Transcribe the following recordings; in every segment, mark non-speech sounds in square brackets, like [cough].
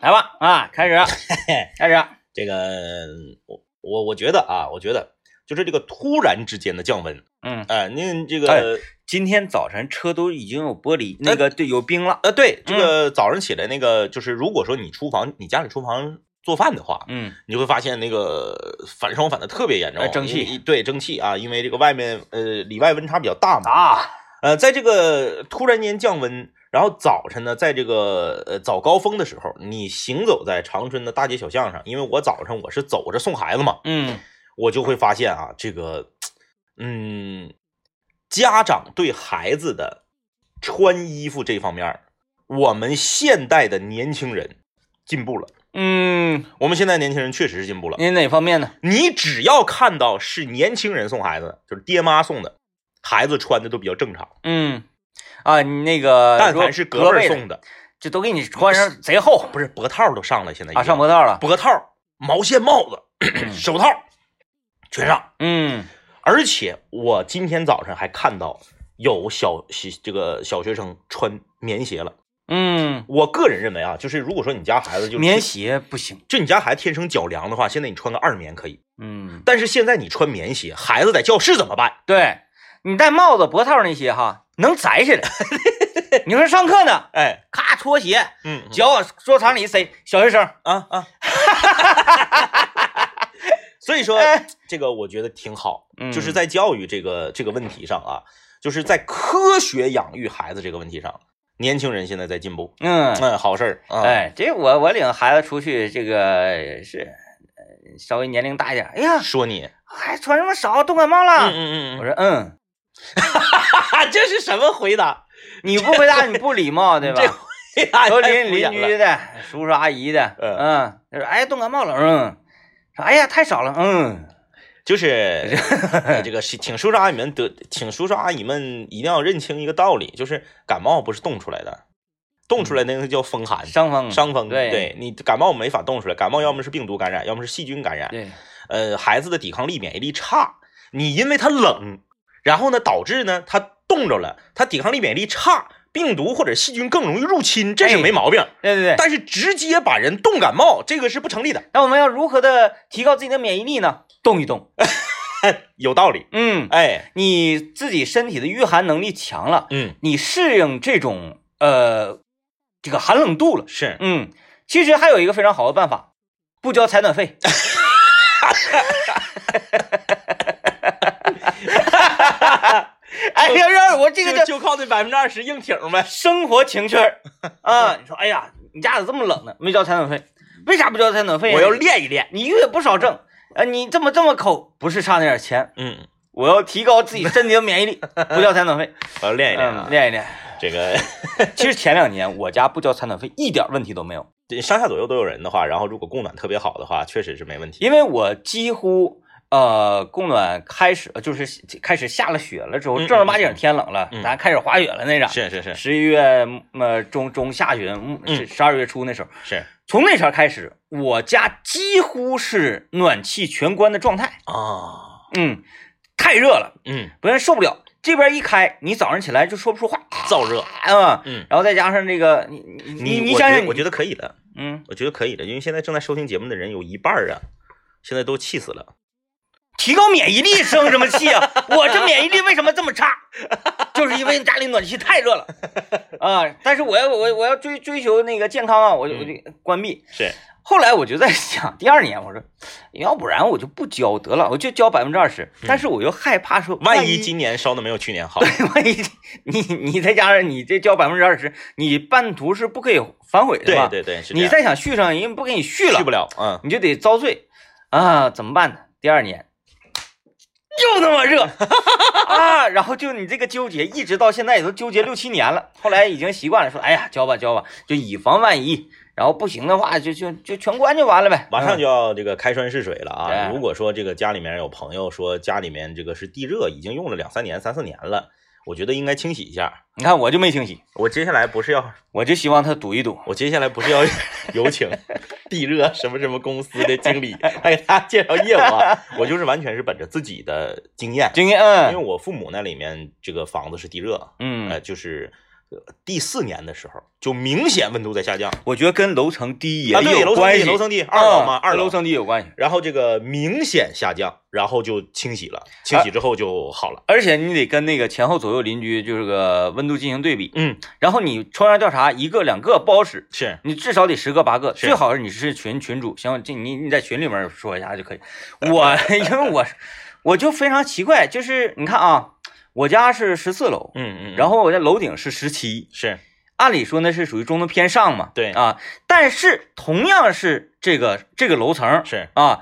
来吧，啊， [laughs] 开始，开始，这个我我我觉得啊，我觉得就是这个突然之间的降温，嗯，哎、您这个、哎今天早晨车都已经有玻璃，那个对，有冰了，呃，对，这嗯个早上起来那个，就是如果说你厨房，你家里厨房做饭的话，嗯，你会发现那个反烧反的特别严重，哎蒸汽因为，对，蒸汽啊，因为这个外面呃里外温差比较大嘛，啊，呃，在这个突然间降温，然后早晨呢，在这个呃早高峰的时候，你行走在长春的大街小巷上，因为我早上我是走着送孩子嘛，嗯，我就会发现啊，这个，嗯，家长对孩子的穿衣服这方面儿，我们现代的年轻人进步了。嗯，我们现在年轻人确实是进步了。您哪方面呢？你只要看到是年轻人送孩子，就是爹妈送的，孩子穿的都比较正常。嗯，啊，你那个但如果凡是隔隔辈辈儿的送的，就都给你穿上贼厚不是脖套都上了，现在啊，上脖脖嗯套了，脖套、毛线帽子、手套全上。嗯而且我今天早上还看到有小小这个小学生穿棉鞋了。嗯，我个人认为啊，就是如果说你家孩子就是棉，鞋不行，就你家孩子天生脚凉的话，现在你穿个二棉可以。嗯，但是现在你穿棉鞋，孩子在教室怎么办？对你戴帽子、脖套那些哈，能摘下 [laughs] 来。你说上课呢，哎，咔脱鞋，嗯，脚往桌堂里一塞，小学生，啊 [laughs] 啊，所以说哎这个我觉得挺好，嗯就是在教育这个这个问题上啊，就是在科学养育孩子这个问题上，年轻人现在在进步，嗯，嗯，好事儿啊，，哎，这我我领孩子出去，这个是呃稍微年龄大一点，哎呀，说你，还穿这么少，冻感冒了。嗯我说嗯，嗯，这是什么回答？你不回答你不礼 [laughs] 貌对吧？这回答都太邻敷衍邻了居的、叔叔阿姨的，嗯嗯，他说哎呀冻感冒了，嗯，说哎呀太少了，嗯，就是 [laughs] 呃这个是，请叔叔阿姨们得，请叔叔阿姨们一定要认清一个道理，就是感冒不是冻出来的，冻出来那个叫风寒、嗯伤风伤风。对你感冒没法冻出来，感冒要么是病毒感染，要么是细菌感染。对，呃，孩子的抵抗力、免疫力差，你因为他冷，然后呢导致呢他冻着了，他抵抗力、免疫力差，病毒或者细菌更容易入侵，这是哎没毛病。对对对。但是直接把人冻感冒，这个是不成立的，那我们要如何的提高自己的免疫力呢？动一动， [laughs] 有道理。嗯，哎，你自己身体的御寒能力强了，嗯，你适应这种呃这个寒冷度了。是。嗯，其实还有一个非常好的办法，不交采暖费。哎呀，让我这个就叫就靠这百分之二十硬挺呗。生活情趣 [laughs] 儿啊！你说，哎呀，你家咋这么冷呢？没交采暖费，为啥不交采暖费呀？我要练一练。你月不少挣，呃，你这么这么抠，不是差那点钱，嗯，我要提高自己身体的免疫力，不交采暖 [laughs] 费，我要练一练嗯，啊。练一练。这个其实前两年我家不交采暖费一点问题都没有，这上下左右都有人的话，然后如果供暖特别好的话，确实是没问题。因为我几乎呃供暖开始呃就是开始下了雪了之后，嗯嗯正儿八经天冷了，嗯咱开始滑雪了那阵，是是是十一月呃中中下旬，嗯十二月初那时候，是从那前开始，我家几乎是暖气全关的状态，啊，嗯，太热了，嗯，不然受不了。这边一开，你早上起来就说不出话，燥热。啊，嗯，然后再加上这个，你你你你我想想觉得你，我觉得可以的，嗯，我觉得可以的，因为现在正在收听节目的人有一半儿啊，现在都气死了。提高免疫力生什么气啊？ [laughs] 我这免疫力为什么这么差？就是因为家里暖气太热了啊！但是我要我我要追追求那个健康啊，嗯我就我就关闭。是，后来我就在想，第二年我说，要不然我就不交得了，我就交百分之二十。但是我又害怕说，嗯万一一今年烧的没有去年好，万一 [laughs] 你你再加上你这交百分之二十，你半途是不可以反悔的对吧？对对，是这你样再想续上，人家不给你续了，去不了，嗯，你就得遭罪啊！怎么办呢？第二年又那么 [laughs] 热啊，然后就你这个纠结，一直到现在也都纠结六七年了。后来已经习惯了，说哎呀，交吧交吧，就以防万一。然后不行的话，就就就全关就完了呗。马嗯上就要这个开栓试水了啊！对如果说这个家里面有朋友说家里面这个是地热，已经用了两三年、三四年了，我觉得应该清洗一下。嗯你看我就没清洗，我接下来不是要，我就希望他赌一赌。我接下来不是要 [laughs] 有请地热什么什么公司的经理 [laughs] 来给大家介绍业务啊！我就是完全是本着自己的经验，经验，因为嗯我父母那里面这个房子是地热，嗯呃，就是呃第四年的时候就明显温度在下降，啊，我觉得跟楼层低也对，有楼层关地，系，楼层地，二楼嘛，啊二跟楼楼。层低有关系。然后这个明显下降，然后就清洗了，清洗之后就好了。而且你得跟那个前后左右邻居就是个温度进行对比，嗯，然后你抽样调查一个两个不好使，是，你至少得十个八个，是最好是你是群群主，行，这你你在群里面说一下就可以。 [laughs] 我因为我是我就非常奇怪，就是你看啊，我家是十四楼，嗯嗯，然后后我家楼顶是十七，是按理说那是属于中等偏上嘛，对啊，但是同样是这个这个楼层是，啊，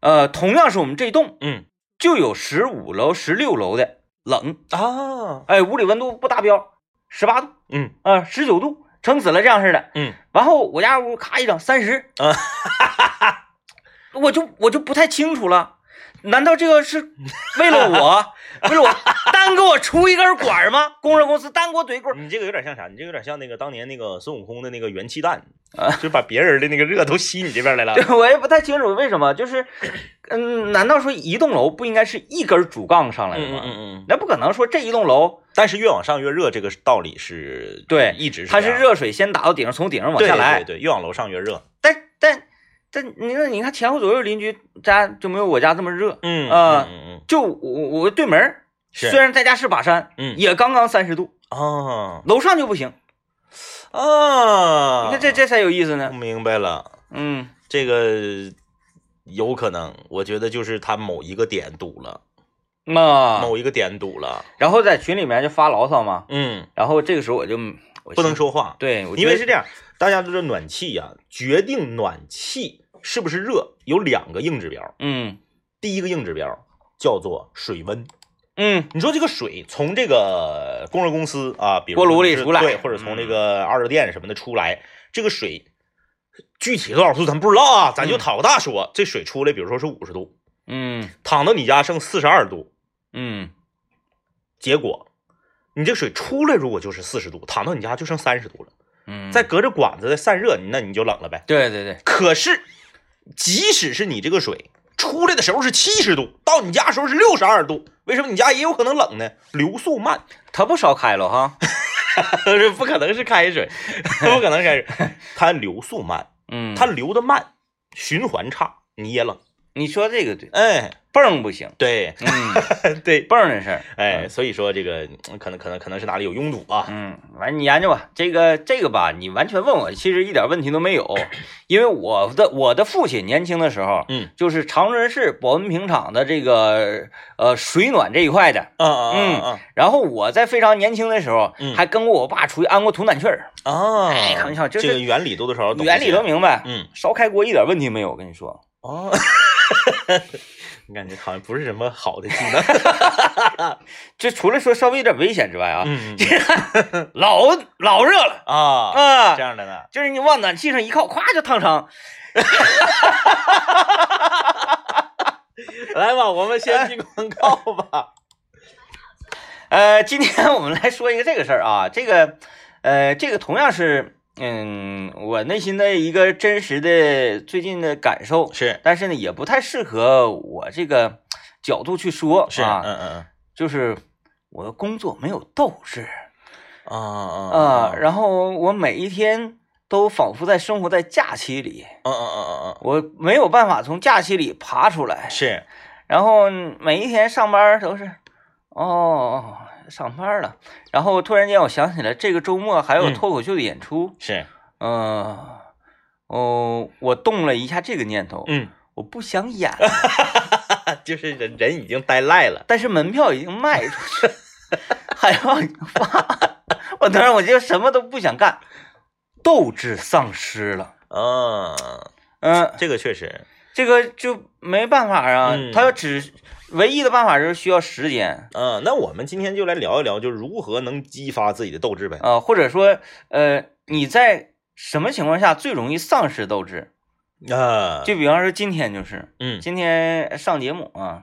呃，同样是我们这栋嗯就有十五楼、十六楼的冷，啊，哎，屋里温度不达标，十八度嗯啊，十九度，撑死了这样似的。嗯然后我家屋咔一整三十啊，我就我就不太清楚了。难道这个是为了 [laughs] 我，为了我单给我出一根管儿吗？工人公司单给我怼一棍儿，你这个有点像啥？你这个有点像那个当年那个孙悟空的那个元气弹啊，就把别人的那个热都吸你这边 [laughs] 来了。对 [laughs] 我也不太清楚为什么。就是，嗯，难道说一栋楼不应该是一根主杠上来的吗？嗯嗯，那不可能说这一栋楼但是越往上越热，这个道理是对一直它这是样热水先打到顶上，从顶上往对下来。对对，越往楼上越热。但但但你说你看前后左右邻居家就没有我家这么热，嗯啊嗯就我我对门儿是虽然在家是把山，嗯也刚刚三十度，嗯楼上就不行。啊啊，你看这这才有意思我呢。明白了，嗯，这个有可能，我觉得就是他某一个点堵了，那某一个点堵了，然后在群里面就发牢骚嘛，嗯，然后这个时候我就我不能心说话，对，我觉因得为是这样，大家都知道暖气呀、决定暖气是不是热有两个硬指标，嗯第一个硬指标叫做水温。嗯你说这个水从这个供热公司啊，比如锅炉里是出来嗯对，或者从这个二热店什么的出来，这个水具体多少度咱不知道啊，咱就嗯讨个大说，这水出来，比如说是五十度，嗯躺到你家剩四十二度，嗯结果你这水出来如果就是四十度，躺到你家就剩三十度了，嗯，再隔着管子再散热，那你就冷了呗。对对对，可是，即使是你这个水出来的时候是七十度，到你家的时候是六十二度，为什么你家也有可能冷呢？流速慢，它不烧开了哈。这 [laughs] 不可能是开水，不可能是 [laughs] 开水，它流速慢，嗯，它流的慢，循环差，你也冷。你说这个对，哎，蹦不行。 [laughs] 对嗯，对，蹦的事儿，哎，所以说这个嗯可能可能可能是哪里有拥堵啊？嗯，完你研究吧，这个这个吧，你完全问我，其实一点问题都没 [clears throat] 有，因为我的我的父亲年轻的时候，嗯就是长春市保温瓶厂的这个呃水暖这一块的，啊啊啊然后我在非常年轻的时候，嗯还跟过我爸出去安过土暖气儿，啊啊！哎开玩笑就是这个原理多多少少懂一些，原理都明白，嗯烧开锅一点问题没有。我跟你说，哦。 [laughs] 你感觉好像不是什么好的技能，这除了说稍微有点危险之外啊， [laughs] 嗯 [laughs] 老老热了啊啊，这样的呢？就是你往暖气上一靠，咵就烫伤。来吧，我们先进广告吧。呃，今天 [laughs] 我们来说一个这个事儿啊，这个呃，这个同样是嗯，我内心的一个真实的最近的感受， [laughs] 是但是呢，也不太适合我这个角度去说是，啊嗯，嗯就是我的工作没有斗志嗯啊啊、然后我每一天都仿佛在生活在假期里，嗯嗯嗯嗯我没有办法从假期里爬出来嗯，，是然后每一天上班都是，哦，上班了，然后突然间我想起来这个周末还有嗯脱口秀的演出，是，嗯、哦，我动了一下这个念头，嗯， [laughs] 我不想演了，就是人人已经呆赖了。但是门票已经卖出去了， [laughs] 还要你发。我当时我就什么都不想干，斗志丧失了。嗯，嗯、这个确实，这个就没办法啊，嗯他要只唯一的办法就是需要时间嗯，那我们今天就来聊一聊，就如何能激发自己的斗志呗。啊、或者说呃你在什么情况下最容易丧失斗志？啊，就比方说今天就是嗯今天上节目啊，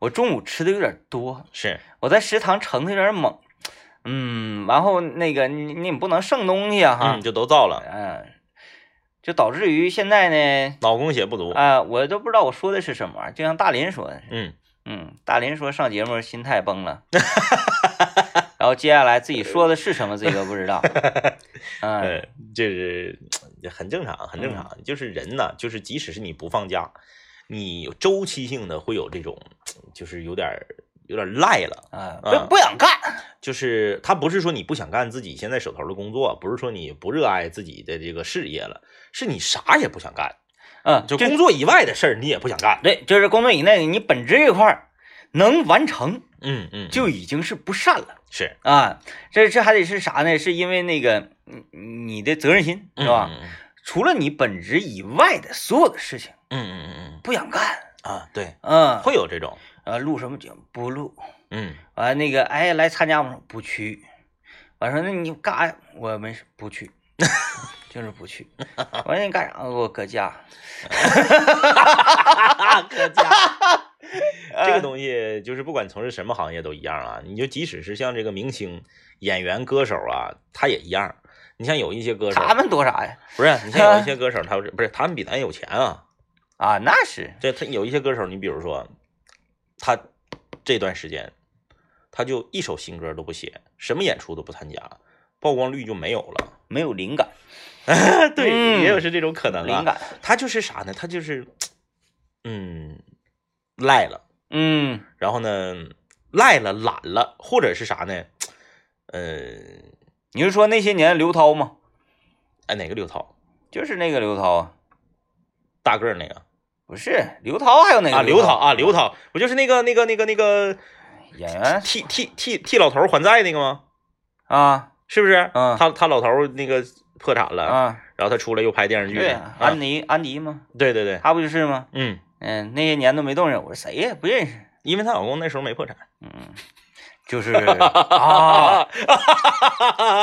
我中午吃的有点多，是，我在食堂盛的有点猛，嗯，然后那个你你也不能剩东西啊哈嗯，，就都造了，嗯，就导致于现在呢，脑供血不足。啊、我都不知道我说的是什么玩意儿，就像大林说的，嗯，嗯，大林说上节目心态崩了， [laughs] 然后接下来自己说的是什么，自己都不知道。嗯，嗯，这是呃很正常，很正常。就是人呢，就是即使是你不放假，你周期性的会有这种，就是有点儿有点儿赖了。啊，嗯不不想干，就是他不是说你不想干自己现在手头的工作，不是说你不热爱自己的这个事业了，是你啥也不想干，嗯，就这工作以外的事儿你也不想干。对，就是工作以内，你本职这块儿能完成嗯嗯，就已经是不善了是啊。这这还得是啥呢？是因为那个嗯你的责任心是吧？？嗯除了你本职以外的所有的事情嗯嗯嗯不想干，嗯啊，对，嗯，会有这种，呃录什么节目不录，嗯完、那个哎来参加我们不去，完说那你干啥呀？我没事不 [laughs] 去，就是不去。完了你干啥？我搁家。 [laughs] 啊，可家。 [laughs] 这个西东西就是不管从事什么行业都一样啊，你就即使是像这个明星、演员、歌手啊，他也一样。你像有一些歌手，他们多啥呀？不是你像有 [laughs] 一些歌手，他不是不是他们比咱有钱啊。啊，那是对他有一些歌手，你比如说，他这段时间他就一首新歌都不写，什么演出都不参加，曝光率就没有 [laughs] 了。没有灵感，对，嗯也有是这种可能啊。灵感，他就是啥呢？他就是，嗯，赖了。嗯然后呢，赖了、懒了，或者是啥呢？呃，你是说那些年刘涛吗？哎，哪个刘涛？就是那个刘涛啊，大个儿那个不是刘涛，还有哪个啊，刘涛涛啊，刘涛，不就是那个那个那个那个演员替替替替老头儿还债那个吗？啊是不是？嗯他他老头儿那个破产了，啊，然后他出来又拍电视剧对了啊，啊安，迪安迪吗？对对对，他不就是吗？嗯，嗯，那些年都没动静，我说谁呀？不认识，因为她老公那时候没破产嗯，就是 [laughs] 啊，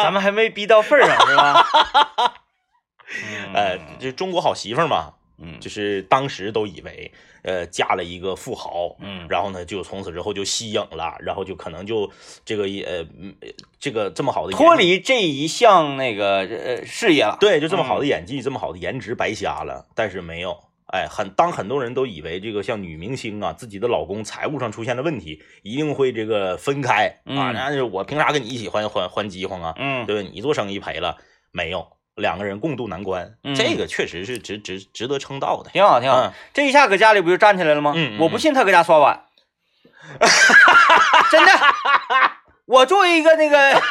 咱们还没逼到份儿上是 [laughs] 吧？嗯呃，就中国好媳妇儿嘛，嗯就是当时都以为，呃，嫁了一个富豪，嗯然后呢，就从此之后就吸引了，然后就可能就这个呃，嗯这个这么好的脱演技，离这一项那个呃事业了，对，就这么好的演技，这么好的颜值白瞎了，但是没有，哎，很当很多人都以为这个像女明星啊，自己的老公财务上出现了问题，一定会这个分开啊，嗯那就是我凭啥跟你一起还还还饥荒啊，嗯对不对？你做生意赔了没有？两个人共度难关，嗯这个确实是值值值得称道的。挺好，挺好。嗯这一下搁家里不就站起来了吗？嗯嗯嗯我不信他搁家刷碗， [laughs] 真的。我作为一个那 [laughs] 个，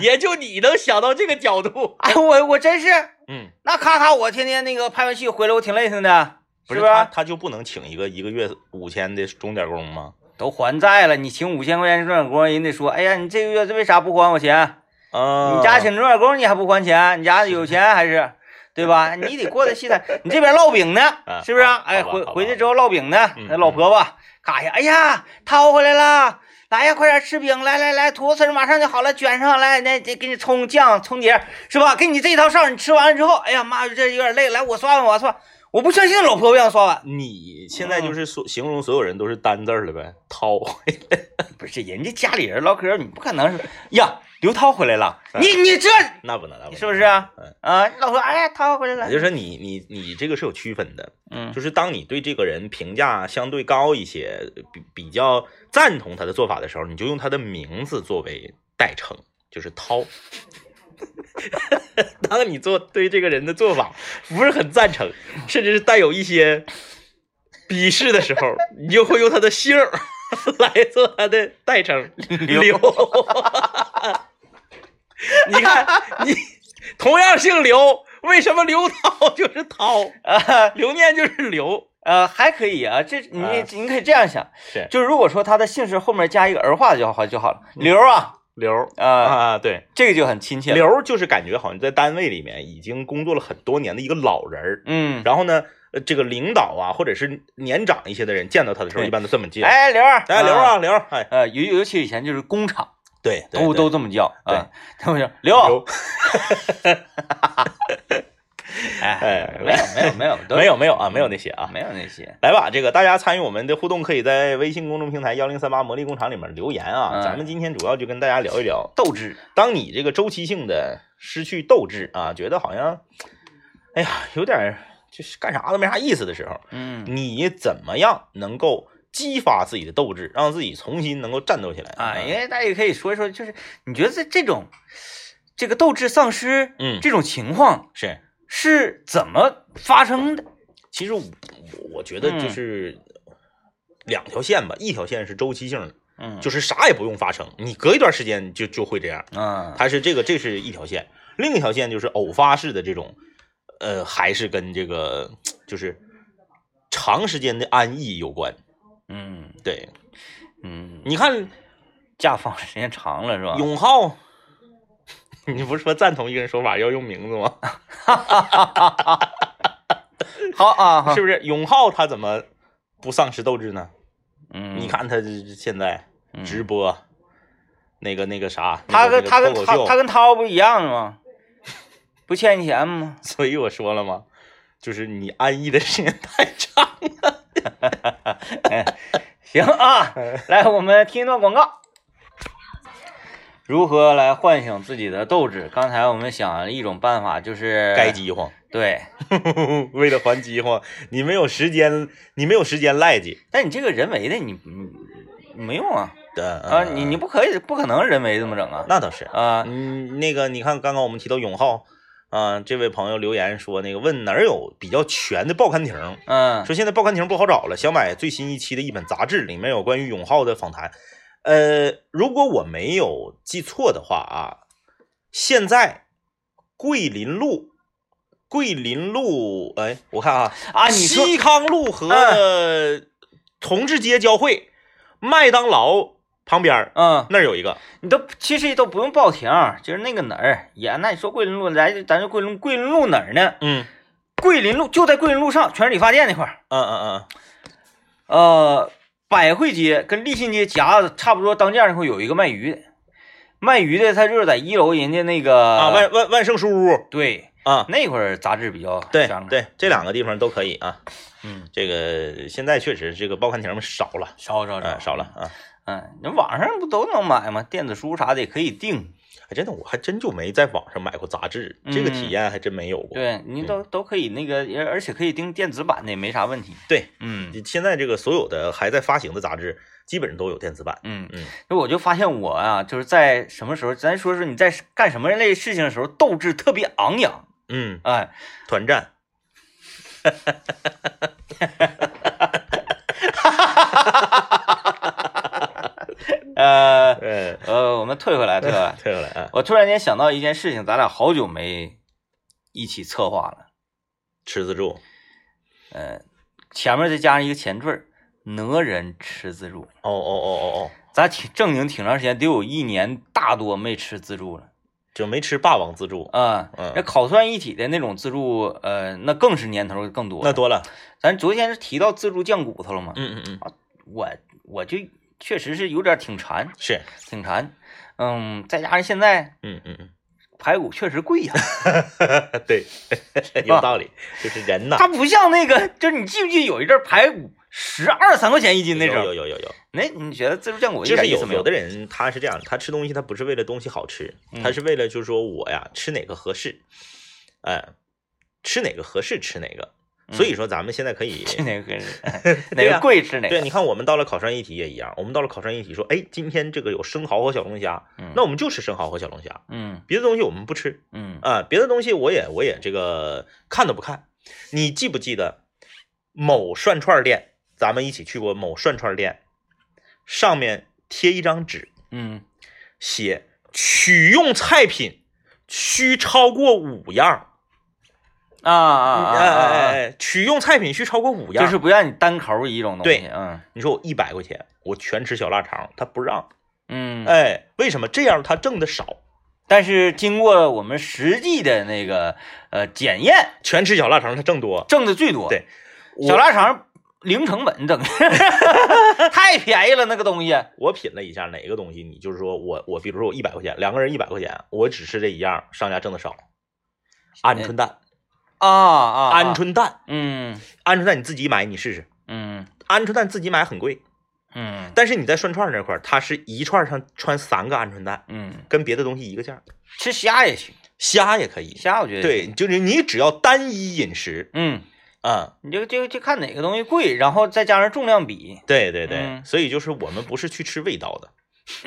也就你能想到这个角度。哎，我我真是嗯，那咔咔，我天天那个拍完戏回来，我挺累挺的，不是不是他是？他就不能请一个一个月五千的钟点工吗？都还债了，你请五千块钱钟点工，人得说，哎呀，你这个月为啥不还我钱？啊，你家请钟点工你还不还钱？你家有钱还是？对吧？你得过得心态，你这边烙饼呢啊，是不是啊？好哎，好吧回好吧回去之后烙饼呢嗯，那老婆婆嘎一下，哎呀，掏回来了，来呀，快点吃饼，来来来，土豆丝儿马上就好了，卷上来，那这给你葱酱葱碟儿，是吧？给你这一套上，你吃完了之后，哎呀妈，这有点累，来我刷碗，我刷碗，我不相信老婆不想刷碗，你现嗯在就是所形容所有人都是单字儿了呗，掏。 [laughs] 不是人家家里人唠嗑，你不可能说呀，刘涛回来了，你你这那不能，那不能，是不是啊嗯，啊，老婆，哎呀，涛回来也就了，是你你你这个是有区分的，嗯就是当你对这个人评价相对高一些，比比较赞同他的做法的时候，你就用他的名字作为代称，就是涛。 [laughs] 当你做对这个人的做法不是很赞成，甚至是带有一些鄙视的时候，你就会用他的姓儿 [laughs] 来做他的代称刘 [laughs] 刘。你看，你同样姓刘，为什么刘涛就是涛，啊。刘念就是刘？呃，还可以啊，这你、啊你可以这样想，是就是如果说他的姓氏后面加一个儿化就好就好了。刘啊，刘啊，啊，对，这个就很亲切了。刘就是感觉好像在单位里面已经工作了很多年的一个老人儿。嗯，然后呢，呃这个领导啊，或者是年长一些的人见到他的时候，对一般都这么叫。哎，哎，刘儿，刘儿，啊，刘儿，哎，呃，尤尤其以前就是工厂对，对都对都这么叫，对啊，他们说刘，刘哎哎，没有没有没有 [laughs] 都没有没有啊，没有那些啊。没有那些，来吧，这个大家参与我们的互动，可以在微信公众平台幺零三八魔力工厂里面留言啊。嗯咱们今天主要就跟大家聊一聊，斗志，嗯当你这个周期性的失去斗志啊，觉得好像，哎呀，有点儿就是干啥都没啥意思的时候，嗯你怎么样能够激发自己的斗志，让自己重新能够战斗起来哎啊，因为大家也可以说一说，就是你觉得这这种这个斗志丧失，嗯这种情况是，是怎么发生的？其实我我觉得就嗯是两条线吧，一条线是周期性的，嗯，就是啥也不用发生，你隔一段时间就就会这样。啊，它是这个，这是一条线，另一条线就是偶发式的这种，呃，还是跟这个就是长时间的安逸有关。嗯对，嗯，你看假放时间长了是吧？永浩， [laughs] 你不是说赞同一个人说法要用名字吗？好啊，好是不是？永浩他怎么不丧失斗志呢？嗯，你看他这现在嗯直播，那个那个啥，他那个跟他跟那个脱口他秀他跟涛不一样 [laughs] 吗？不欠钱吗？所以我说了吗？就是你安逸的时间太长了。行啊，来，我们听一段广告。如何来唤醒自己的斗志？刚才我们想了一种办法，就是该饥荒，对，哎 [laughs] 为了还饥荒，你没有时间，你没有时间赖叽。但你这个人为的，你你没用啊呃啊！你你不可以，不可能人为这么整啊那倒是，啊！嗯，那个你看，刚刚我们提到永浩，啊、这位朋友留言说，那个问哪儿有比较全的报刊亭？嗯说现在报刊亭不好找了，想买最新一期的一本杂志，里面有关于永浩的访谈。呃，如果我没有记错的话啊，现在桂林路，桂林路，哎，我看啊，啊，你说哎西康路和、同志街交汇，麦当劳旁边儿嗯，那儿有一个，你都其实都不用报亭，就是那个哪儿也，那你说桂林路来，咱就桂林桂林路哪儿呢？嗯桂林路就在桂林路上，全是理发店那块儿。嗯嗯呃，百汇街跟立信街夹着差不多当间儿那块儿有一个卖鱼的，卖鱼的他就是在一楼人家那个嗯啊，万万万盛书屋对啊，那块儿杂志比较对香啊对，这两个地方都可以啊。嗯，这个现在确实这个报刊亭儿少了，少少嗯、少了，啊。嗯，那网上不都能买吗？电子书啥的也可以订，哎，真的，我还真就没在网上买过杂志，这个体嗯验还真没有过。对你都都可以那个，而而且可以订电子版的，也没啥问题。对嗯你现在这个所有的还在发行的杂志，基本上都有电子版。嗯嗯，那我就发现我啊，就是在什么时候，咱说说你在干什么类事情的时候，斗志特别昂扬，嗯，哎，团战，呃呃，呃，我们退回来，退回来。退回来啊，我突然间想到一件事情，咱俩好久没一起策划了。吃自助。呃，前面再加上一个前缀儿，讹人吃自助。哦哦哦哦哦，咱挺正经挺长时间，得有一年大多没吃自助了就没吃霸王自助，啊。嗯那烤串一体的那种自助，呃，那更是年头更多。那。多了。咱昨天是提到自助酱骨头了吗？嗯嗯嗯，我我就确实是有点挺馋，是，挺馋。嗯，再加上现在嗯嗯嗯排骨确实 [laughs] 贵呀、[laughs] 嗯，对，有道理，就是人呐，它不像那个，就是你记不记有一阵儿排骨十二三块钱一斤那有阵儿有有有有，那你觉得自助酱骨一就是点意有思没有的人他是这样，他吃东西他不是为了东西好吃，他嗯，是为了就是说我呀吃哪个合适，哎，吃哪个合适吃哪个。所以说咱们现在可以嗯哪个 [laughs] 哎对哪呀个贵吃哪对，个？你看我们到了烤串一体也一样，我们到了烤串一体说，哎，今天这个有生蚝和小龙虾，嗯那我们就吃生蚝和小龙虾，嗯别的东西我们不吃。嗯啊，别的东西我也我也这个看都不看。你记不记得某涮串店？咱们一起去过某涮串店，上面贴一张纸， [laughs] 嗯写取用菜品需超过五样。啊啊哎啊哎啊哎！啊！哎，取用菜品需超过五样。就是不让你单口一种东西。对嗯你说我一百块钱，我全吃小腊肠，他不让。嗯，哎，为什么这样？他挣的少，但是经过我们实际的那个呃检验，全吃小腊肠他挣多。挣的最多。对，小我腊肠零成本 [laughs] 整，太便宜了那个东西。啊我品了一下哪个东西，你就是说我我比如说我一百块钱，两个人一百块钱，我只吃这一样，商家挣的少。鹌鹑蛋，啊啊！啊鹌，鹑蛋，嗯鹌鹑蛋你自己买你试试，嗯鹌鹑蛋自己买很贵，嗯但是你在涮串那块儿，它是一串上穿三个鹌鹑蛋，嗯，跟别的东西一个价。吃虾也行，虾也可以，虾我觉得也行对，就是你只要单一饮食，嗯嗯，你就就就看哪个东西贵，然后再加上重量比，对对对，嗯所以就是我们不是去吃味道的，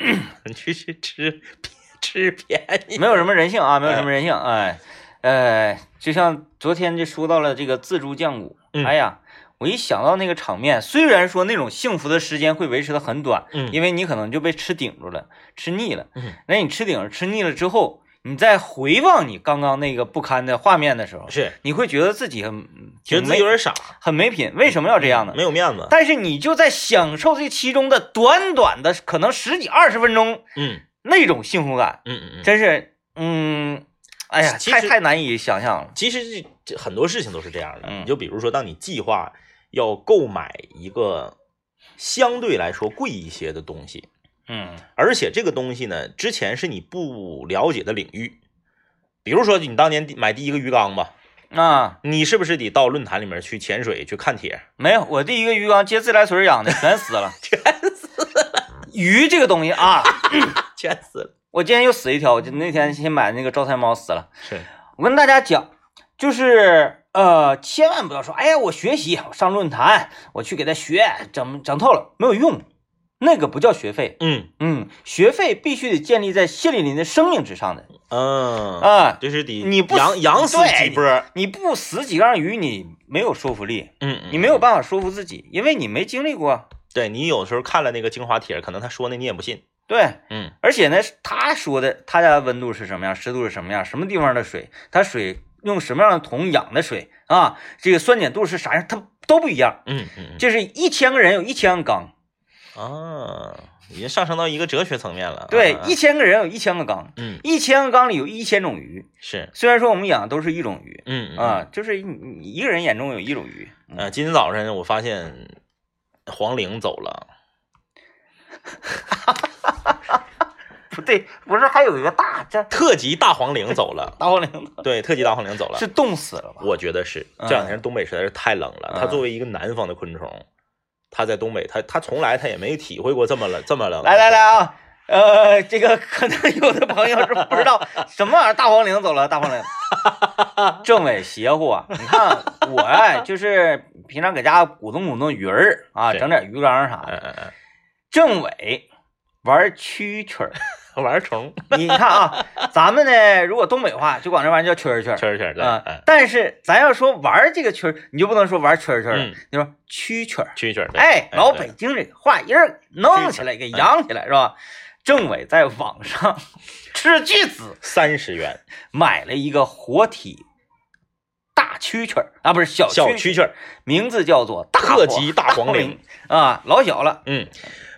[clears throat] 你去去吃 [laughs] 吃便宜。没有什么人性啊，没有什么人性，哎，呃，就像昨天就说到了这个自助酱骨，嗯哎呀，我一想到那个场面，虽然说那种幸福的时间会维持的很短，嗯因为你可能就被吃顶住了，吃腻了，嗯那你吃顶着吃腻了之后，你再回望你刚刚那个不堪的画面的时候，是，你会觉得自己很觉得自己很有没点傻，很没品，为什么要这样呢？没有面子。但是你就在享受这其中的短短的可能十几二十分钟嗯那种幸福感，嗯嗯嗯，真是，嗯，哎呀，其太实太难以想象了。其实这这很多事情都是这样的。嗯你就比如说，当你计划要购买一个相对来说贵一些的东西，嗯而且这个东西呢，之前是你不了解的领域，比如说你当年买第一个鱼缸吧，啊，你是不是得到论坛里面去潜水去看 [laughs] 帖？没有，我第一个鱼缸接自来水养的，全死 [laughs] 了，全死了。鱼这个东西啊，全死了。我今天又死一条，我就那天先买那个招财猫死了。是，我跟大家讲，就是呃，千万不要说，哎呀，我学习，我上论坛，我去给他学，整整透了，没有用，那个不叫学费，嗯嗯，学费必须得建立在谢丽林的生命之上的嗯啊、就是得你不养死养死对几波儿，你不死几杠鱼，你没有说服力，嗯，嗯你没有办法说服自己，因为你没经历过。对你有时候看了那个精华帖，可能他说那你也不信，对，嗯而且呢，他说的他家温度是什么样，湿度是什么样，什么地方的水，他水用什么样的桶养的水啊，这个酸碱度是啥样，它都不一样。嗯嗯就是一千个人有一千个缸，嗯啊，已经上升到一个哲学层面了，对啊，一千个人有一千个缸，嗯一千个缸里有一千种鱼。是，虽然说我们养的都是一种鱼嗯嗯啊，就是你你一个人眼中有一种鱼。嗯呃，今天早上我发现黄玲走了，不对，不是还有一个大这特级大黄玲 [laughs] 走了，大黄铃子对，特级大黄玲走了，是冻死了吧？我觉得是嗯这两天东北实在是太冷了。嗯它作为一个南方的昆虫，它在东北，它它从来它也没体会过这么冷这么冷。 [laughs] 来来来，啊，呃，这个可能有的朋友是不 [laughs] 知道什么玩意儿，大黄铃走了，大黄铃，政委邪乎啊！你看我呀，就是平常搁家鼓动鼓动鱼儿啊，对整点鱼缸啥嗯的。嗯嗯政委玩蛐蛐 [laughs] 儿，嗯，玩虫，你看啊，咱们呢，如果东北话就管这玩意儿叫蛐儿蛐儿。圈儿圈儿的，啊、嗯，但是咱要说玩这个蛐儿，你就不能说玩蛐儿蛐儿了，嗯你说蛐蛐儿。蛐蛐儿的。哎，老对北京这个话音儿弄起来，给哎扬起来是吧？政委在网上 [laughs] 斥巨资三十元买了一个活体大蛐蛐儿啊，不是小小蛐蛐蛐儿，名字叫做大特黄级大黄铃铃。啊，老小了，嗯，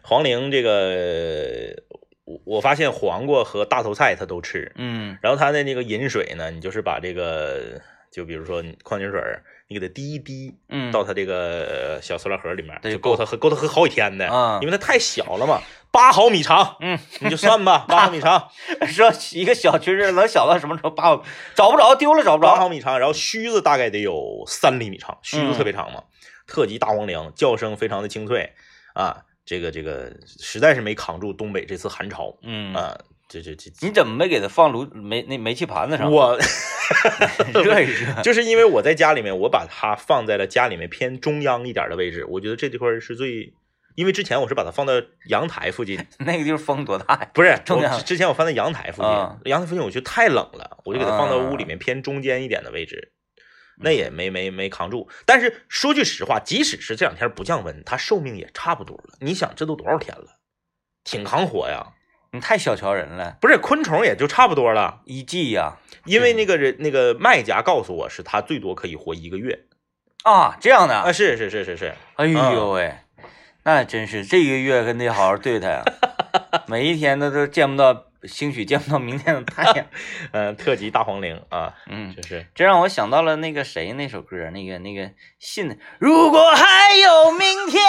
黄玲这个，我我发现黄瓜和大头菜它都吃，嗯然后它的那个饮水呢，你就是把这个，就比如说你矿泉水儿，你给它滴一滴，嗯，到它这个呃小塑料盒里面，对就够它喝，够它喝好几天的啊因为它太小了嘛，八毫米长，嗯，你就 [laughs] 算吧，八毫米长，说一个小蛐蛐儿能小到什么时候？把我找不着，丢了找不八着。毫米长，然后须子大概得有三厘米嗯长，须子特别长嘛，特级大黄铃，叫声非常的清脆啊，这个这个实在是没扛住东北这次寒潮嗯，啊，这这这，你怎么没给它放炉煤那煤气盘子上？ [laughs] 我热一热。 [laughs] 就是因为我在家里面，我把它放在了家里面偏中央一点的位置，我觉得这地方是最。因为之前我是把它放到阳台附近，那个地儿风多大呀？不是， [laughs] 中央我之前我放在阳台附近，啊阳台附近我觉得太冷了，我就给它放到啊屋里面偏中间一点的位置，嗯那也没没没扛住。但是说句实话，即使是这两天不降温，它寿命也差不多了。你想，这都多少天了，挺扛活呀。你太小瞧人了，不是昆虫也就差不多了，一季呀、因为那个人那个卖家告诉我是它最多可以活一个月啊，这样的啊，是是是是是，哎呦嗯喂，那真是这个月跟得好好对他 [laughs] 呀，每一天都都见不到，兴许见不到明天的太 [laughs] 阳。嗯，特级大黄铃啊，嗯，这是这让我想到了那个谁那首歌，那个那个信的，如果还有明天，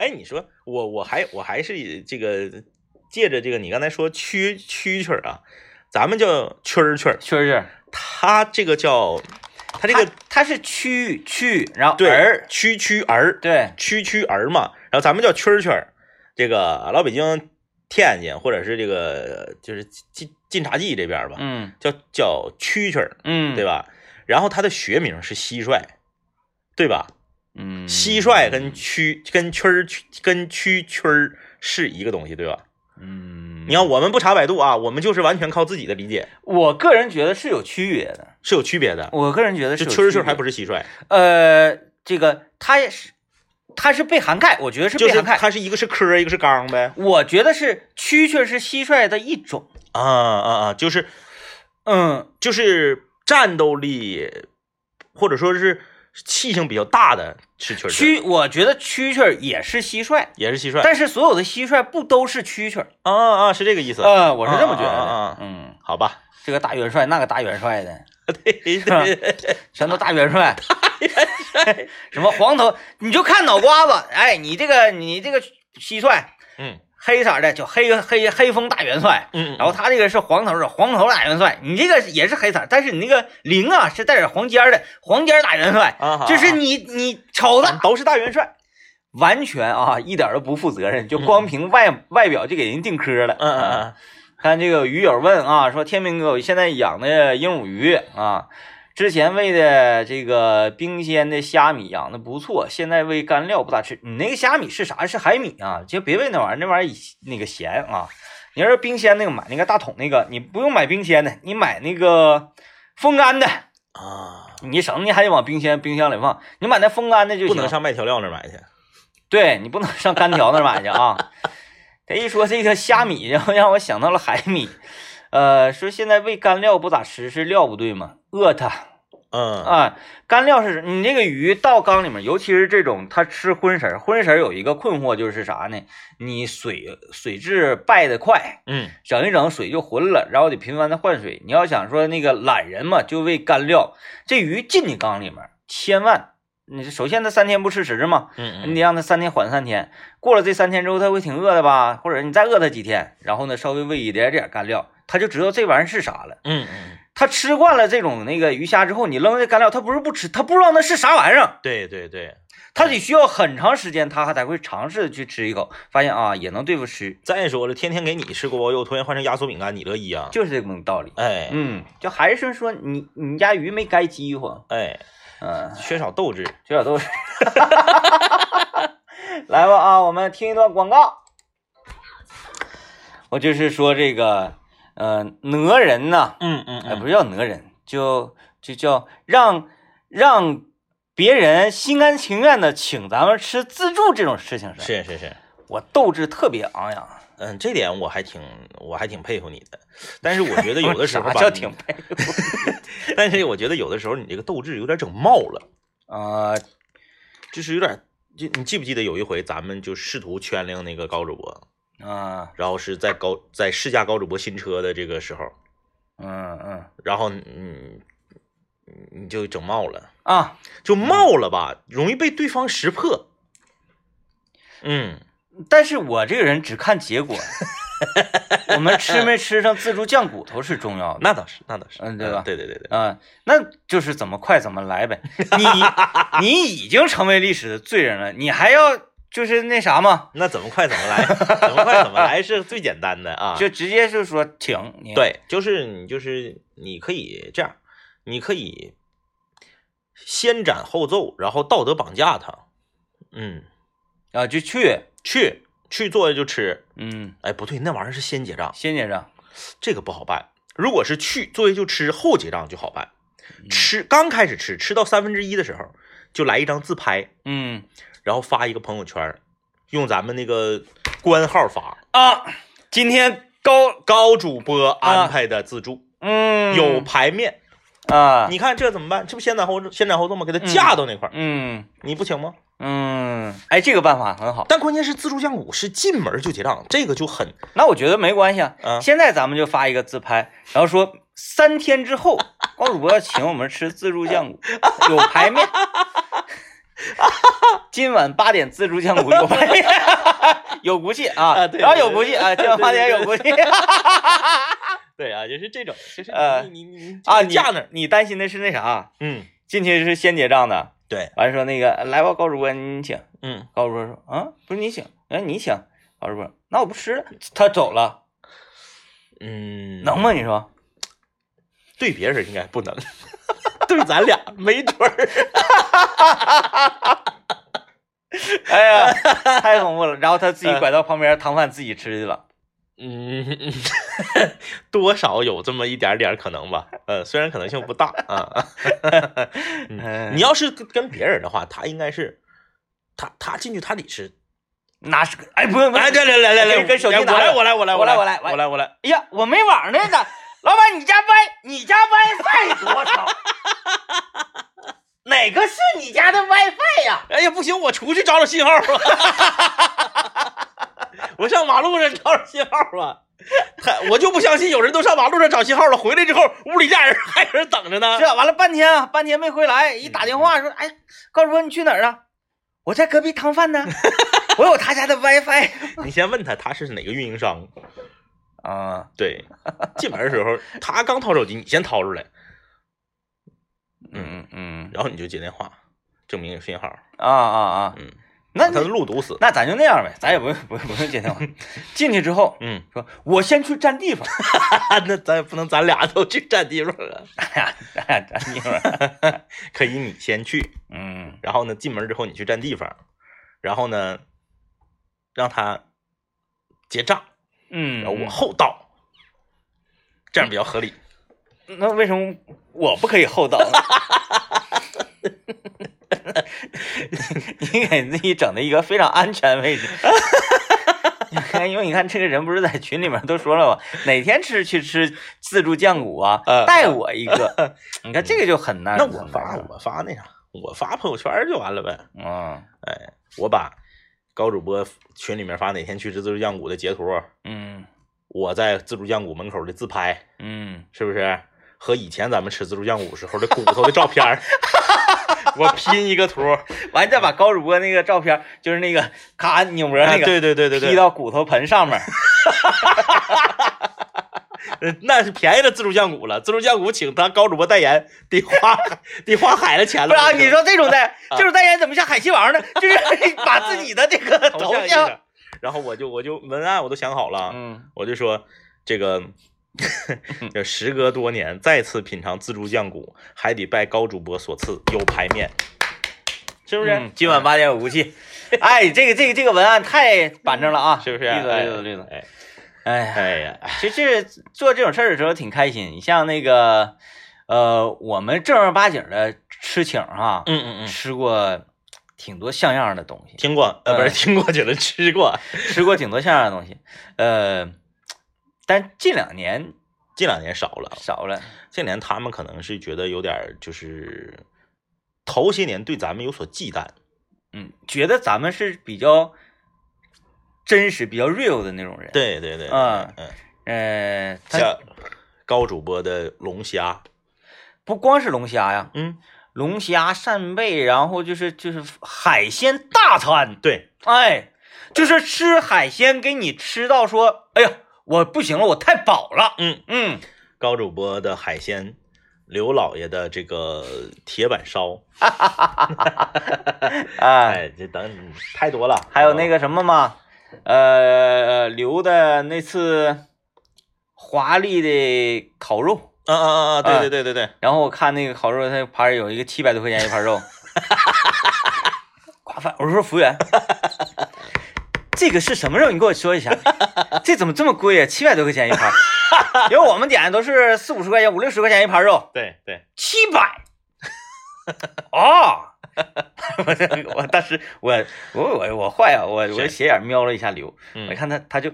哎，你说我我还我还是这个借着这个你刚才说蛐蛐蛐儿啊，咱们叫蛐儿蛐儿，蛐蛐儿，它这个叫它这这个个它是蛐蛐，然后对儿，蛐蛐儿对，蛐蛐儿嘛，然后咱们叫蛐儿蛐儿，这个老北京天津或者是这个就是晋晋察冀这边吧，嗯叫叫蛐蛐儿，嗯，对吧？吧？然后他的学名是蟋蟀，对吧？嗯，蟋蟀跟蛐跟蛐儿跟蛐蛐儿是一个东西，对吧？嗯，你看，我们不查百度啊，我们就是完全靠自己的理解，我个人觉得是有区别的，是有区别的。我个人觉得这是蛐儿蛐儿还不是是蟋蟀，呃，这个它也是它是被涵盖，我觉得是就被是涵盖。它是一个是科儿，一个是纲呗。我觉得是蛐蛐是蟋蟀的一种，啊啊啊！就是嗯，就是战斗力或者说是气性比较大的是蛐儿蛐儿，蛐，我觉得蛐蛐也是蟋蟀，也是蟋蟀。但是所有的蟋蟀不都是蛐蛐儿？啊啊，啊，是这个意思。呃，我是这么觉得啊啊啊的啊，嗯，好 [laughs] 吧，这个大元帅，那个大元帅的，对对，全都大元 [laughs] 帅，大元帅， [laughs] 什么黄头，你就看脑瓜子，哎，你这个你这个蟋蟀嗯黑色的叫黑黑黑风大元帅，嗯，然后他这个是黄头的黄头大元帅，你这个也是黑色，但是你那个铃啊是带点黄尖儿的黄尖儿大元帅，啊，就是你你瞅咱他都是大元帅。完全啊一点儿都不负责任，就光凭外、外表就给人定科了，啊嗯嗯嗯，看这个鱼友问啊，说天明哥，我现在养的鹦鹉鱼啊，之前喂的这个冰鲜的虾米养的不错，现在喂干料不咋吃。你那个虾米是啥？是海米啊，就别喂那玩意儿，那玩意儿那个咸啊。你要是冰鲜那个买那个大桶那个，你不用买冰鲜的，你买那个风干的，啊，你省得你还得往冰鲜冰箱里放，你买那风干的就行。不能上卖调料那儿买去。对你不能上干条那儿买去啊。他一说这个虾米，然后让我想到了海米，呃，说现在喂干料不咋吃，是料不对吗？饿它嗯啊！干料是你这个鱼到缸里面，尤其是这种它吃荤食儿，荤食儿有一个困惑就是啥呢？你水水质败得快，嗯整一整水就浑了，然后得频繁的换水。你要想说那个懒人嘛，就喂干料，这鱼进你缸里面，千万你首先它三天不吃食嘛，你嗯得让它三天缓三天，过了这三天之后，它会挺饿的吧？或者你再饿它几天，然后呢，稍微喂一点点干料，它就知道这玩意儿是啥了。嗯嗯，它吃惯了这种那个鱼虾之后，你扔这干料，它不是不吃，它不知道那是啥玩意儿，对对对，它得需要很长时间，它才会尝试去吃一口，发现啊也能对付吃，再说了，天天给你吃锅包肉，突然换成压缩饼干，你乐意啊？就是这种道理。哎嗯，就还是说你你家鱼没该饥荒，哎，嗯、缺少斗志。缺少斗志。 [laughs] 来吧啊，我们听一段广告。我就是说这个，呃，哪人呐、嗯嗯哎，不是是，叫哪人，就就叫让让别人心甘情愿的请咱们吃自助这种事情上，是是是。我斗志特别昂扬。嗯，这点我还挺我还挺佩服你的，但是我觉得有的时候啥吧，叫挺配？但是我觉得有的时候你这个斗志有点整冒了，啊、就是有点，就你记不记得有一回咱们就试图圈领那个高主播，啊，然后是在高在试驾高主播新车的这个时候，嗯嗯然后嗯，你就整冒了，啊，就冒了吧，容易被对方识破。嗯，但是我这个人只看结 [laughs] 果，我们吃没吃上自助酱骨头是重要的。那倒是，那倒是，嗯对吧对对对对，啊、那就是怎么快怎么来呗。你你已经成为历史的罪人了，你还要就是那啥嘛，那怎么快怎么来， [laughs] 怎么快怎么来是最简单的啊。就直接就说停。你，对，就是你就是你可以这样，你可以先斩后奏，然后道德绑架他，嗯，啊、就去，去去做就吃，嗯，哎，不对，那玩意儿是先结账，先结账。这个不好办。如果是去作业就吃，后结账就好办。吃刚开始吃，吃到三分之一的时候，就来一张自拍，嗯然后发一个朋友圈儿，用咱们那个官号发，啊，今天高，高主播安排的自助，嗯，有排面。啊，你看这怎么办？这不先斩后奏先斩后奏吗？给他架到那块儿，嗯你不行吗？嗯，哎，这个办法很好。但关键是自助酱骨是进门就结账，这个就很那我觉得没关系啊。嗯现在咱们就发一个自拍，然后说三天之 [laughs] 后，高主播要请我们吃自助酱骨，有排面。今晚八点自助酱骨有排 [laughs] 面，有骨气啊！啊对然后有骨气啊！今晚八点有骨气对啊，就是这种，就是呃你你你 [laughs] 啊！你架那儿，你，你担心的是那啥，嗯，进去是先结账的，对，完说那个哎来吧，高主播你请。嗯，高主播说啊，不是你请，哎你请。高主播，那我不吃了。他走了，嗯，能吗？你说？对别人应该不能，对咱俩没准儿。哎呀，太恐怖了。然后他自己拐到旁边摊贩自己吃去了。嗯， [laughs] 多少有这么一点点儿可能吧。嗯，虽然可能性不大啊。 [laughs] 哎嗯你要是跟跟别人的话，他应该是他他进去他得哎吃。那是个，哎，不用，不用来，，来来来来来，跟手机来拿我来着我来我来我来来我来我来我来。哎呀，我没网呢，咋？ [laughs] 老板，你家 Wi 你家 WiFi 多少？ [laughs] 哪个是你家的 WiFi 呀、哎呀，不行，我出去找找信号吧。 [laughs] 我上马路上找找信号吧。他，我就不相信有人都上马路上找信号了，回来之后屋里架人还有人等着呢是。啊，完了半天啊，半天没回来，一打电话说，哎，高主播你去哪儿啊？我在隔壁摊贩 [laughs] 呢，我有他家的 WiFi。你先问他他是哪个运营商。啊，对，进门的时候他刚掏手机，你先掏出来，嗯嗯嗯，然后你就接电话，证明有信号。啊啊啊，嗯，那他的路堵死。那咱就那样呗，咱也不用不用不用接电 [laughs] 话。进去之后嗯， [laughs] 说，我先去占地方， [laughs] 那咱也不能咱俩都去占地方了。哎呀，咱俩占地方。可以，你先去， [laughs] 嗯然后呢，进门之后你去占地方，然后呢，让他结账，嗯，然后我后到，这样比较合理。嗯那为什么我不可以厚道呢？ [laughs] 你给自己整的一个非常安全位置， [laughs] 因为你看这个人不是在群里面都说了吗？哪天吃去吃自助酱骨啊呃，带我一嗯个。你看这个就很难。那我哎发我发那啥，我发朋友圈就完了呗。嗯哎，我把高主播群里面发哪天去吃自助酱骨的截图，嗯我在自助酱骨门口的自拍，嗯，是不是？和以前咱们吃自助酱骨时候的骨头的照片儿， [laughs] 我拼一个图，完再把高主播那个照片，就是那个咔扭脖那哎个，对对对对对踢，到骨头盆上面。呃那是便宜了自助酱骨了。自助酱骨请他高主播代言，得花得花海了钱不了。是 [laughs] 啊，这你说这种代 [laughs] 这种代言怎么像海西王呢？ [laughs] 就是把自己的这个 [laughs] 头头像。像，然后我就我就文案我都想好了，嗯我就说 [laughs] 这个。这时隔多年再次品尝自助酱骨，还得拜高主播所赐，有排面，是不是？嗯今晚八点有无期。哎，这个这个这个文案太板正了啊，是不是？绿色哎绿色绿色。哎哎呀，哎呀，其实做这种事儿的时候挺开心。你像那个呃，我们正儿八经的吃请哈，嗯嗯嗯，吃过挺多像样的东西，听过，呃，不是嗯听过，觉得吃过。吃过挺多像样的东西。呃，但近两年近两年少了，少了。近两年他们可能是觉得有点儿就是头些年对咱们有所忌惮，嗯，觉得咱们是比较真实、比较 real 的那种人。，对对对，嗯嗯，呃，他像高主播的龙虾，不光是龙虾呀，嗯，龙虾、扇贝，然后就是就是海鲜大餐，对，哎，就是吃海鲜给你吃到说，哎呀，我不行了，我太饱了，嗯，嗯，高主播的海鲜，刘老爷的这个铁板烧，哎，哎，这等太多了，还有那个个什么嘛，呃，刘的那次华丽的烤肉，啊啊啊啊，对对对对对，然后我看那个烤肉，他盘儿有一个七百多块钱一盘肉， [laughs] 夸饭，我说服务员。这个是什么肉？你给我说一下，这怎么这么贵啊？七百多块钱一盘儿，因为我们点的都是四五十块钱、五六十块钱一盘肉，对对，七百。哦， [laughs] 我我当时我我我我坏啊！我我是斜眼瞄了一下刘，嗯我一看他他就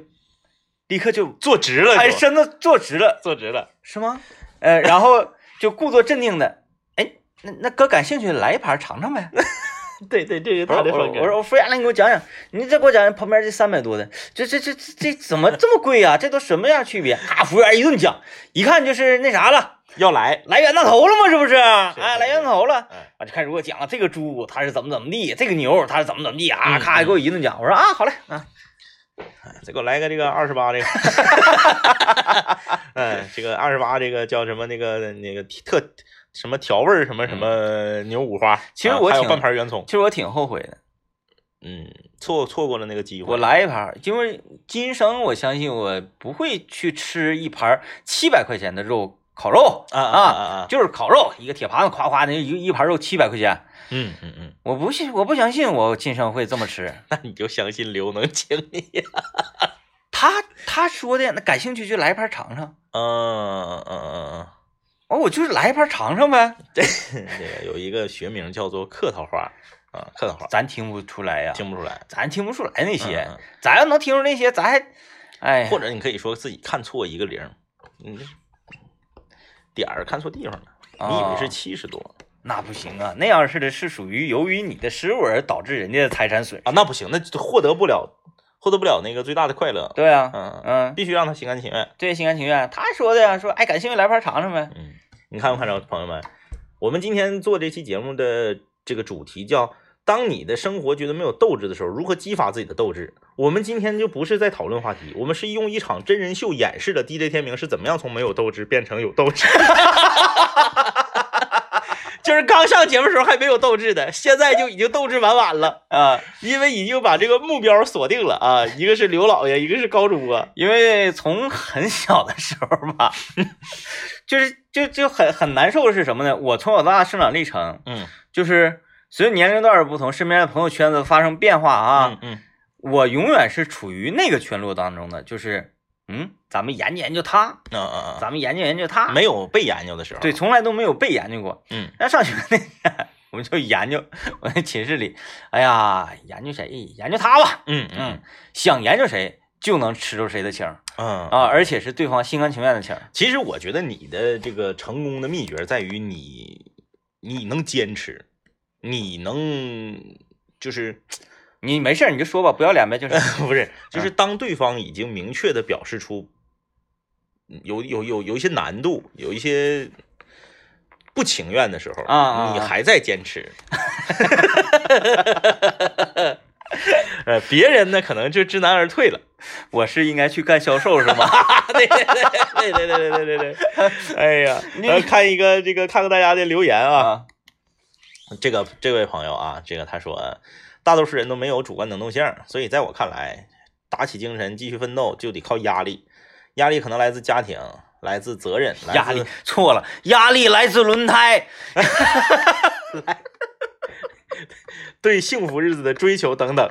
立刻就坐直了就，哎身子坐直了，坐直了，是吗？呃，然后就故作镇定的， [laughs] 哎，那那哥感兴趣来一盘尝尝呗。对对， [laughs] 这是我说我说我说服务员，来你给我讲讲，你再给我讲讲旁边这三百多的，这这这这这怎么这么贵呀、这都什么样区别？啊，服务员一顿讲，一看就是那啥了，要来，来冤大头了吗？这不是？是哎，来冤大头了。哎，啊，就开始给我讲了这个猪它是怎么怎么地，这个牛它是怎么怎么地啊，嗯咔嗯给我一顿讲。我说啊，好嘞啊，再给我来个这个二十八 [laughs] 这个，嗯，这个二十八这个叫什么那个那个特什么调味儿什么什么牛五花，其实啊我还有挺半盘圆葱其，实我挺后悔的，嗯，错错过了那个机会，我来一盘儿，因为今生我相信我不会去吃一盘七百块钱的肉烤肉啊啊啊，啊！就是烤肉，一个铁盘子夸夸的，一一盘肉七百块钱，嗯嗯嗯，我不信，我不相信我今生会这么吃。那你就相信刘能请你。他他说的那感兴趣就来一盘尝尝，嗯 [laughs] 嗯嗯 [laughs] 完、我就是来一盘尝尝呗，嗯，这个有一个学名叫做客套话啊，客套话咱听不出来呀、听不出来。咱听不出来那些，嗯嗯嗯咱要能听出那些，咱还，哎，或者你可以说自己看错一个零，你这点儿看错地方了，你以为是啊七十多那不行啊，那样式的是属于由于你的失误而导致人家的财产损失。啊？那不行，那就获得不了，获得不了那个最大的快乐。对啊，嗯嗯，嗯，必须让他心甘情愿。这心甘情愿。他说的呀，说哎，感兴趣来盘尝尝呗。嗯，你看没看着，朋友们？我们今天做这期节目的这个主题叫“当你的生活觉得没有斗志的时候，如何激发自己的斗志”。我们今天就不是在讨论话题，我们是用一场真人秀演示了 DJ 天明是怎么样从没有斗志变成有斗志。 [laughs] 就是刚上节目时候还没有斗志的，现在就已经斗志满满了，啊、因为已经把这个目标锁定了啊，一个是刘老爷，一个是高主播。因为从很小的时候吧， [laughs] 就是就就很很难受的是什么呢？我从小到大生长历程，嗯就是随着年龄段儿不同，身边的朋友圈子发生变化啊，嗯嗯我永远是处于那个圈落当中的，就是嗯，咱们研究研究他，嗯嗯咱们研究研究他，嗯，没有被研究的时候。对，，从来都没有被研究过。嗯，那上学那天，我们就研究，我在寝室里，哎呀，研究谁？研究他吧。嗯嗯嗯，想研究谁就能吃出谁的情儿嗯啊，而且是对方心甘情愿的情儿。其实我觉得你的这个成功的秘诀在于你，你能坚持，你能就是 [laughs] 你没事儿你就说吧，不要脸呗，就是 [laughs] 不是啊就是当对方已经明确的表示出有有有有一些难度，有一些不情愿的时候，啊啊啊你还在坚持。 [laughs] 呃，别人呢可能就知难而退了。我是应该去干销售是吗？对对对对对对对对对，哎呀，呃看一个这个看看大家的留言啊，啊，这个这位朋友啊，这个他说，大多数人都没有主观能动性，所以在我看来，打起精神继续奋斗就得靠压力，压力可能来自家庭，来自责任，来 [laughs] 自压力错了，压力来自轮胎。对幸福日子的追求等等，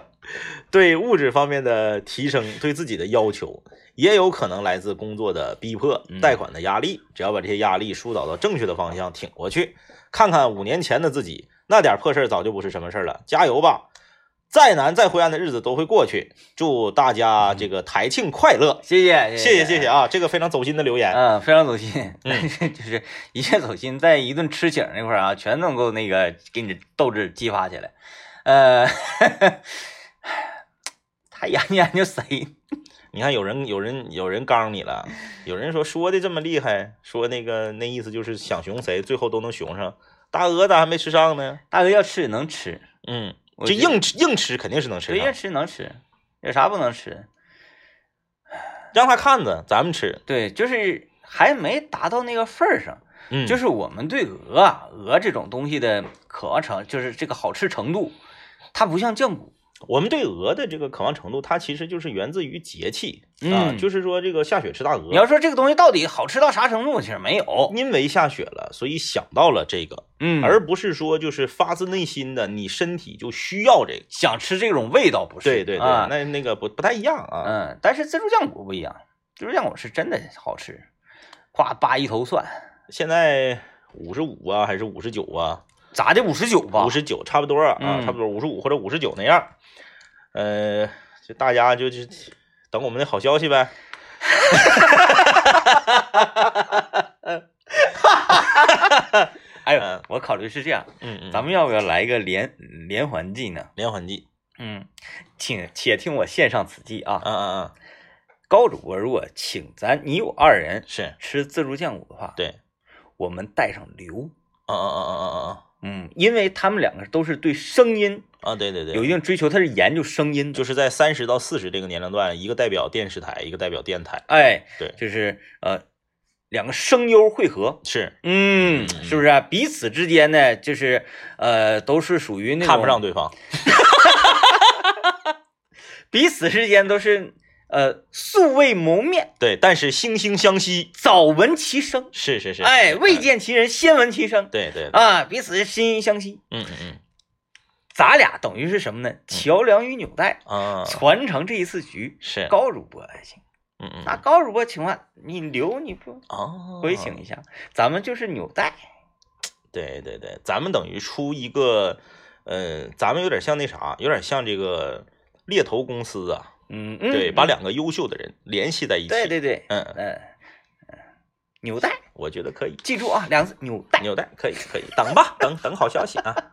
对物质方面的提升，对自己的要求，也有可能来自工作的逼迫、嗯贷款的压力。只要把这些压力疏导到正确的方向，挺过去，看看五年前的自己，那点破事儿早就不是什么事儿了。加油吧！再难再灰暗的日子都会过去。祝大家这个台庆快乐！谢嗯谢，谢谢谢谢谢。啊，这个非常走心的留言。嗯，非常走心，嗯但是 [laughs] 就是一切走心，在一顿吃景那块儿啊，全能够那个给你斗志激发起来。呃， [sighs] 他研究研究谁？你看，有人有人有人刚你了，有人说说的这么厉害，说那个那意思就是想熊谁，最后都能熊上。大鹅咋还没吃上呢？大哥要吃能吃，嗯，我这觉得硬吃硬吃肯定是能吃对，要上，吃能吃，有啥不能吃？让他看着咱们吃。对，就是还没达到那个份儿上，嗯，就是是我们对鹅啊鹅这种东西的渴望程，就是这个好吃程度，它不像酱骨，我们对鹅的这个渴望程度，它其实就是源自于节气啊，嗯就是说这个下雪吃大鹅你，要说这个东西到底好吃到啥程度，其实没有，因为下雪了，所以想到了这个，嗯，而不是说就是发自内心的你身体就需要这个。想吃这种味道不是？对对对，啊、那那个不不太一样啊。嗯，但是自助酱骨不一样，自助酱骨是真的好吃，夸扒一头蒜，现在五十五啊，还是五十九啊？咋的五十九吧？五十九差不多啊，嗯差不多五十五或者五十九那样。呃，就大家就是等我们的好消息呗。哎呦嗯，我考虑是这样，嗯嗯咱们要不要来一个连连环计呢？连环计，嗯，请且听我献上此计啊！嗯嗯嗯，高主播如果请咱你我二人是吃自助酱骨的话，对，我们带上刘。嗯嗯嗯嗯嗯嗯嗯，因为他们两个都是对声音嗯，啊，对对对，有一定追求，他是研究声音的。就是在三十到四十这个年龄段，一个代表电视台，一个代表电台，哎，对就是呃，两个声优汇合，是嗯，是不是、啊？彼此之间呢，就是呃，都是属于那种看不上对方。彼此之间都是呃，素未谋面，对，但是惺惺相惜，早闻其声，是是是，哎，嗯未，见其人，先闻其声对对，对啊，彼此心相惜。嗯嗯咱俩等于是什么呢？桥梁与纽带，嗯，啊，传承这一次局。是，高主播还行，嗯嗯，那高主播情况你留你不哦，回请一下，咱们就是纽带。对对对，咱们等于出一个，呃，咱们有点像那啥，有点像这个猎头公司啊，嗯，嗯对，把两个优秀的人联系在一起，对，对对，嗯，嗯、纽带，我觉得可以，记住啊，两个字纽带。纽带可以可以，等吧，等等好消息啊，